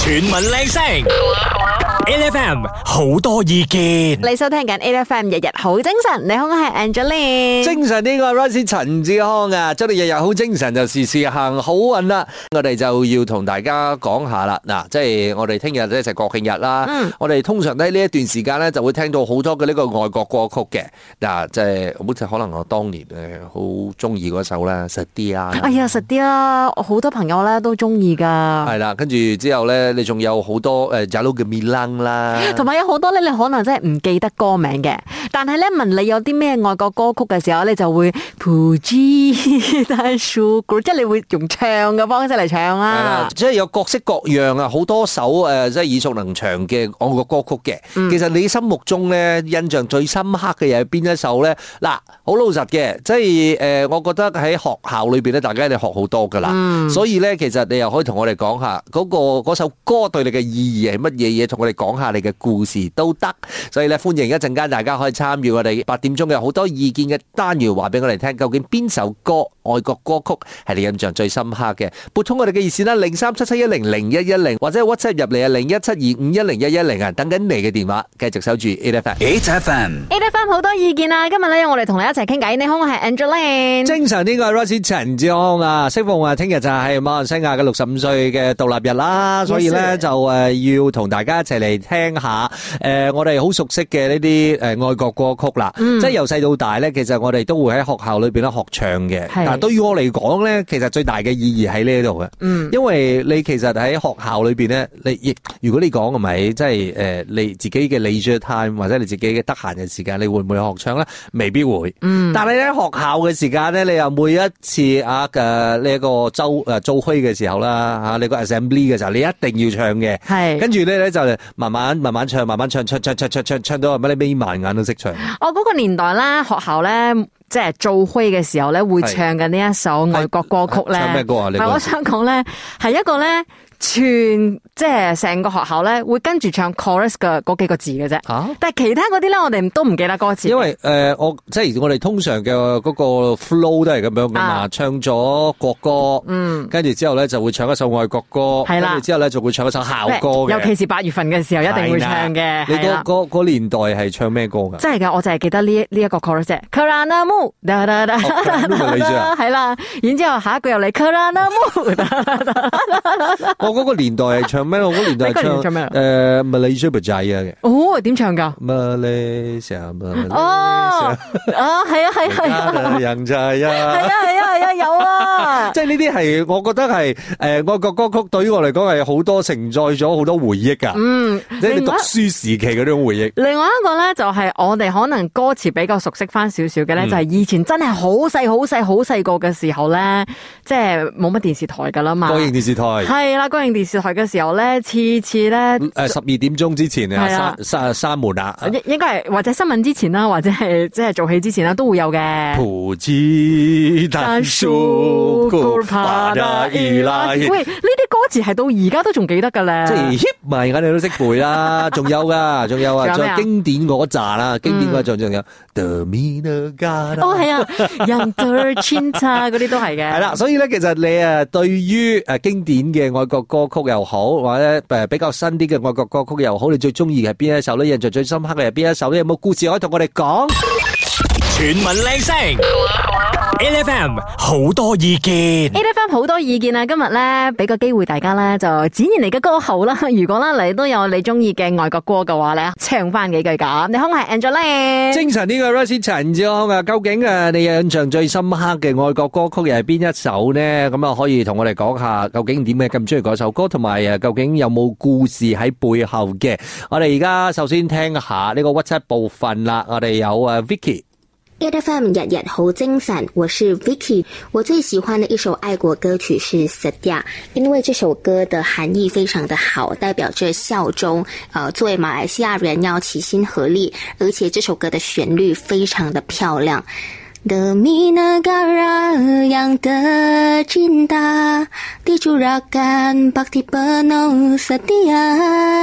全民靚聲，L F M 好多意見。你收聽緊 A F M 日日好精神，你好，我係 Angeline。精神呢個 Rice 陳志康啊，祝你日日好精神，就事事行好運啦！我哋就要同大家講下啦，嗱，即係我哋聽日咧就係國慶日啦，嗯我哋通常咧呢一段時間咧就會聽到好多嘅呢個外國歌曲嘅，嗱，即係好似可能我當年誒好中意嗰首啦，實啲啊。哎呀，實啲啦，我好多朋友咧都中意噶，係啦，跟住之後咧，你仲有好多誒 j a l o 嘅 Milan 啦，同埋有好多咧，你可能真係唔記得歌名嘅，但係咧問你有啲咩外國歌曲嘅時候，你就會 Puji 大樹，即係你會用唱嘅方式嚟唱係啦啦，。即係有各式各樣啊，好多首誒、呃即係耳熟能詳嘅外國歌曲嘅。其實你心目中咧印象最深刻嘅又係邊一首咧？嗱，好老實嘅，即係誒、呃我覺得喺學校裏邊咧，大家你學好多㗎啦。所以咧，其實你又可以同我哋講下嗰、個嗰首歌對你嘅意義係乜嘢嘢，同我哋講下你嘅故事都得。所以咧，歡迎一陣間大家可以參與我哋八點鐘嘅好多意見嘅單元，話俾我哋聽，究竟邊首歌外國歌曲係你印象最深刻嘅？撥通我哋嘅熱線啦，零三七七一零零一一零，或者 WhatsApp 入嚟啊，零一七二五一零一一零啊，等緊你嘅電話，繼續守住 A F M。 H F M A F M 好多意見啊！今日咧，我哋同你一齊傾偈。你好，我係 Angeline。精神呢個係 Rosie 陳志康啊，適逢啊，聽日就係馬來西亞嘅六十五歲嘅獨立日啦，所以咧 Yes, sir. 就誒要同大家一齊嚟聽下誒我哋好熟悉嘅呢啲誒愛國歌曲啦，嗯即係由細到大咧，其實我哋都會喺學校裏邊咧學唱嘅。係但對於我嚟講咧，其實最大嘅意義喺呢度嘅，嗯因為你其實喺學校裏邊咧，你亦如果你講係咪即係誒你自己嘅 leisure time 或者你自己嘅得閒嘅時間，你會唔會學唱咧？未必會。嗯，但係咧學校嘅時間咧，你又每一次啊嘅呢一個周誒租區嘅時候啦嚇，你個 assembly 嘅時候，你一定要唱嘅。係。跟住咧咧就慢慢慢慢唱，慢慢唱，唱唱唱唱唱唱到乜你眯埋眼都識唱。我哦嗰個年代啦，學校咧，即係做灰嘅時候咧，會唱嘅呢一首外國歌曲咧。唱咩歌啊？你唔係我嗰時想講咧，係一個咧全即係成個學校咧會跟住唱 chorus 嘅嗰幾個字嘅啫。嚇？但係其他嗰啲咧，我哋都唔記得歌詞。因為誒、呃我即係我哋通常嘅嗰個 flow 都係咁樣噶嘛，啊唱咗國歌，嗯，跟住之後咧就會唱一首愛國歌，係啦跟住之後咧就會唱一首校歌嘅。尤其是八月份嘅時候，一定會唱嘅。你係啦嗰嗰嗰年代係唱咩歌㗎？真係噶，我就係記得呢一呢一個 chorus 啫。Karanamu，da da da 哦咁都係你啫 啊係啦，然之後下一句又嚟 Karanamu，我嗰個年代係唱咩？我嗰個年代係你嗰個年代唱唱咩啊誒 Malaysia Berjaya 嘅哦點唱㗎？ Malaysia Malaysia 哦，啊係啊係啊係啊。人仔系啊！啊系啊系啊，有啊！即係呢啲係我覺得係誒、呃、愛國歌曲對於我嚟講係好多承載咗好多回憶㗎，嗯，即係你另讀外書時期嗰種回憶。另外一個咧，就係我哋可能歌詞比較熟悉翻少少嘅咧，嗯就係以前真係好細好細好細個嘅時候咧，即係冇乜電視台噶啦嘛。歌影電視台。嗯係啦，歌影電視台嘅時候咧，次次咧。诶，十二點鐘之前係啊啊，閂閂閂門啦。應應該係或者新聞之前啦，或者係即係做戲之前啦，都會有嘅。葡枝丹樹，古巴達伊拉喂，呢啲歌詞係到而家都仲記得㗎咧。即係 hit 埋眼你都識背 啦，仲有噶，仲有啊，仲有仲咩啊有經典嗰扎啦，經典嗰扎仲有 The Mina g a 哦，係啊 y o u n g e r Chinta 嗰啲都係嘅。係啦，所以咧，其實你啊，對於誒經典嘅愛國歌曲又好，或者誒比較新啲嘅愛國歌曲又好，你最中意係邊一首咧？印象最深刻嘅係邊一首咧？有冇故事可以同我哋講？全民靚聲，L F M 好多意見。 A F M 好多意見啊！今日咧，俾個機會大家咧，就展現你嘅歌喉啦。 如果咧你都有你中意嘅外國歌嘅話咧，唱翻幾句咁。你好，我係 Angeline。精神呢個 r u s 陳志康啊，究竟啊你印象最深刻嘅愛國歌曲又係邊一首呢？咁啊可以同我哋講下，究竟點解咁中意嗰首歌，同埋啊究竟有冇故事喺背後嘅？我哋而家首先聽下呢個 WhatsApp 部分啦，我哋有啊 Vicky。 A F M 日日好精神，我是 Vicky。我最喜欢的一首爱国歌曲是《s a d i a 因为这首歌的含义非常的好，代表着效忠。呃，作为马来西亚人要齐心合力，而且这首歌的旋律非常的漂亮。的米那嘎拉yang tercinta dicurahkan bakti penuh setia。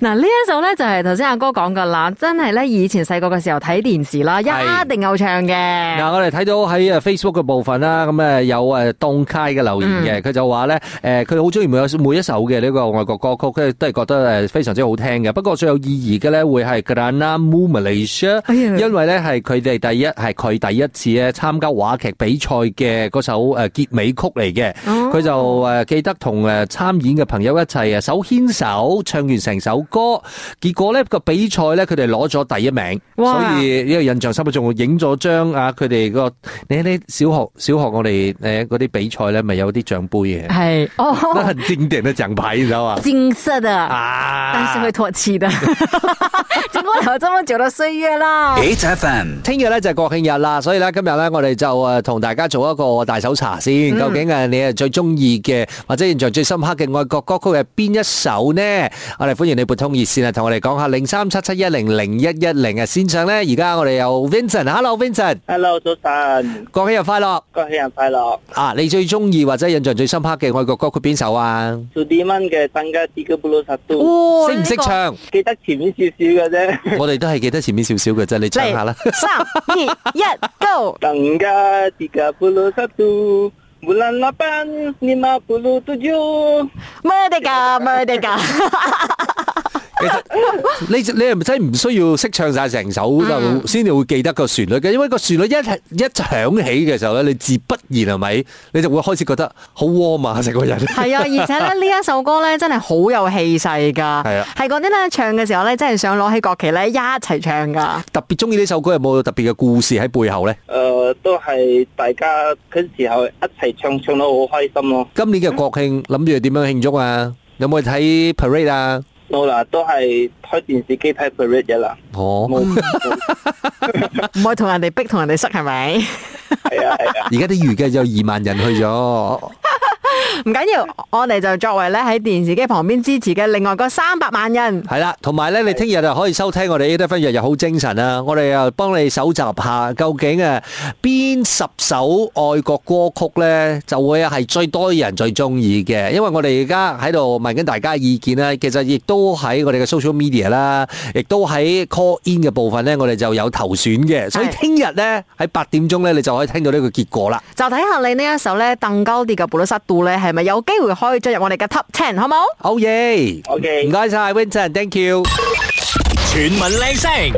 嗱呢一首咧就係頭先阿哥講噶啦，真係咧以前細個嘅時候睇電視啦，係一定有唱嘅。嗱，我哋睇到喺呃 Facebook 嘅部分啦，咁誒有誒當街嘅留言嘅，佢、就話咧誒，佢好中意每每一首嘅呢個外國歌曲，佢都係覺得誒非常之好聽嘅。不過最有意義嘅咧，會係 Grana Mu Malaysia，、哎呀因為咧係佢哋第一係佢第一次咧參加話劇比賽嘅嗰首誒結尾曲嚟嘅。哦佢就誒記得同誒參演嘅朋友一齊誒手牽手唱完成首歌，結果呢個比賽咧佢哋攞咗第一名，所哇以呢個印象深刻，仲影咗張啊佢哋個你你小學小學我哋誒嗰啲比賽咧咪有啲獎杯嘅，係那哦，很經典的獎牌，你知道嘛？金色的，啊！但是會唾棄 的。經過了這麼久的歲月啦。 8FM, 聽日咧就係國慶日啦，所以咧今日咧我哋就誒同大家做一個大搜查先，究竟誒你係最中意嘅或者印象最深刻嘅愛國歌曲係邊一首呢？我哋歡迎你撥通熱線啊，同我哋講下零三七七一零零一一零啊，線上咧而家我哋有 Vincent，Hello Vincent， Hello，早晨，國慶日快樂國慶日快樂！啊！你最中意或者印象最深刻嘅愛國歌曲邊首啊？ Sudiman 嘅《Tangga Tiga Puluh Satu》，哇識唔識？唱？記得前面少少嘅啫。我哋都係記得前面少少嘅啫，你唱下啦。三二一，Go！ Tangga Tiga Puluh Satu。Bulan 8, 57咩嚟噶？咩嚟噶？其實你你係咪真係唔需要識唱晒成首就先至會記得個旋律嘅？因為個旋律一一響起嘅時候咧，你自不然係咪？你就會開始覺得好 warm 啊，成個人。 係啊，而且咧呢一首歌咧真係好有氣勢噶，係啊係嗰啲咧唱嘅時候咧真係想攞起國旗咧一齊唱噶。特別中意呢首歌有冇特別嘅故事喺背後呢？誒呃都係大家嗰時候一齊唱，唱到好開心咯。今年嘅國慶諗住點樣慶祝啊？有冇去睇 parade 啊？我啦都係開電視機睇 parade 嘅啦，哦，冇冇唔可以同人哋逼，同人哋塞係咪？係啊係啊，而家啲預計有二萬人去咗。唔緊要，我哋就作為咧喺電視機旁邊支持嘅另外嗰三百萬人，系啦，同埋咧，你聽日就可以收聽我哋 A F M 日日好精神啊！我哋又幫你搜集下，究竟啊邊十首愛國歌曲咧，就會係最多人最中意嘅。因為我哋而家喺度問緊大家意見啦，其實亦都喺我哋嘅 social media 啦，亦都喺 call in 嘅部分咧，我哋就有投選嘅。所以係聽日咧喺八點鐘咧，你就可以聽到呢個結果啦。就睇下你呢一首咧《鄧高啲嘅布魯塞杜》咧係咪有機會可以進入我哋嘅 Top Ten，好冇？好耶 OK 唔該晒 Vincent，thank you。 chuyển mình lên sóng.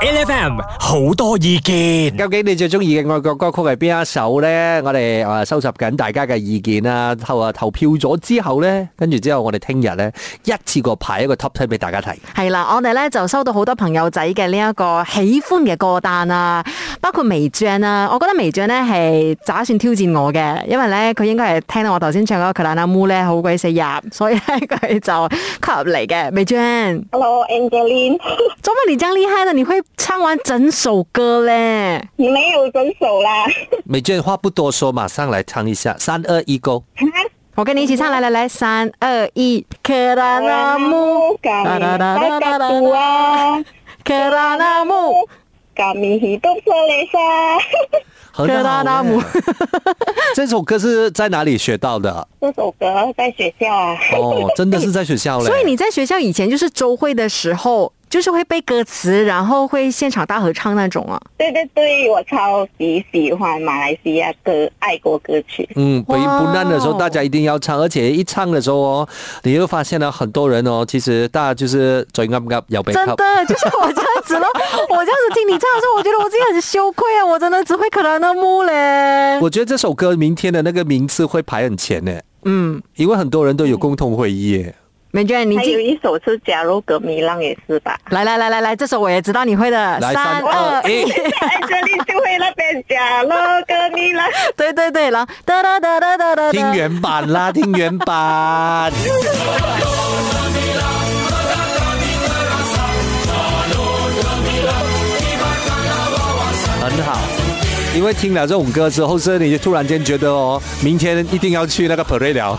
LFM, nhiều ý kiến. 究竟你最中意嘅愛國歌曲係邊一首呢？我哋誒收集緊大家嘅意見啦，投啊投票咗之後呢，跟住之後我哋聽日呢，一次過排一個 top ten 俾大家 睇。係啦，我哋咧就收到好多朋友仔嘅呢一個喜歡嘅歌單啦，包括微醬啦。我覺得微醬咧係打算挑戰我嘅，因為咧佢應該係聽到我頭先唱嗰個《佢蘭阿烏》咧好鬼死入，所以咧 佢就吸入嚟嘅。微醬， Hello Angeline，怎麼你這樣厲害呢？你會唱完整首歌咧？你没有遵守啦。美娟話不多說，馬上嚟唱一下三二 一 go。我跟你一起唱，來來來，三二一，克拉那木， kami bersatu, k e r a n a m kami hidup selesa。很克拉好拉姆耶， 這首歌是在哪裡學到的？这首歌在学校啊， 哦，真的是在學校嘞。哎所以你在学校以前就是周会的时候，就是会背歌词，然后会现场大合唱那种啊。对对对，我超级喜欢马来西亚歌爱国歌曲。嗯，北哇不难的时候，哦大家一定要唱，而且一唱的时候哦，你就发现了很多人哦，其實大家就是嘴噏噏有被真吸。的就是我这样子咯，我这样子听你唱的时候，我觉得我自己很羞愧啊！我真的只会可兰的木嘞。 我觉得这首歌明天的那个名次会排很前呢，嗯，因为很多人都有共同回忆耶。美娟，你还有记？一首是《假如革命浪》也是吧来来来来来，这首我也知道你会的。来，啊三二一， Angeline 哎就会那边《假如革命浪》。对对对，然后哒哒哒哒哒哒。听原版 啦，听原版。很好，因为听了这种歌之后，是你就突然间觉得哦，明天一定要去那个 parade 了。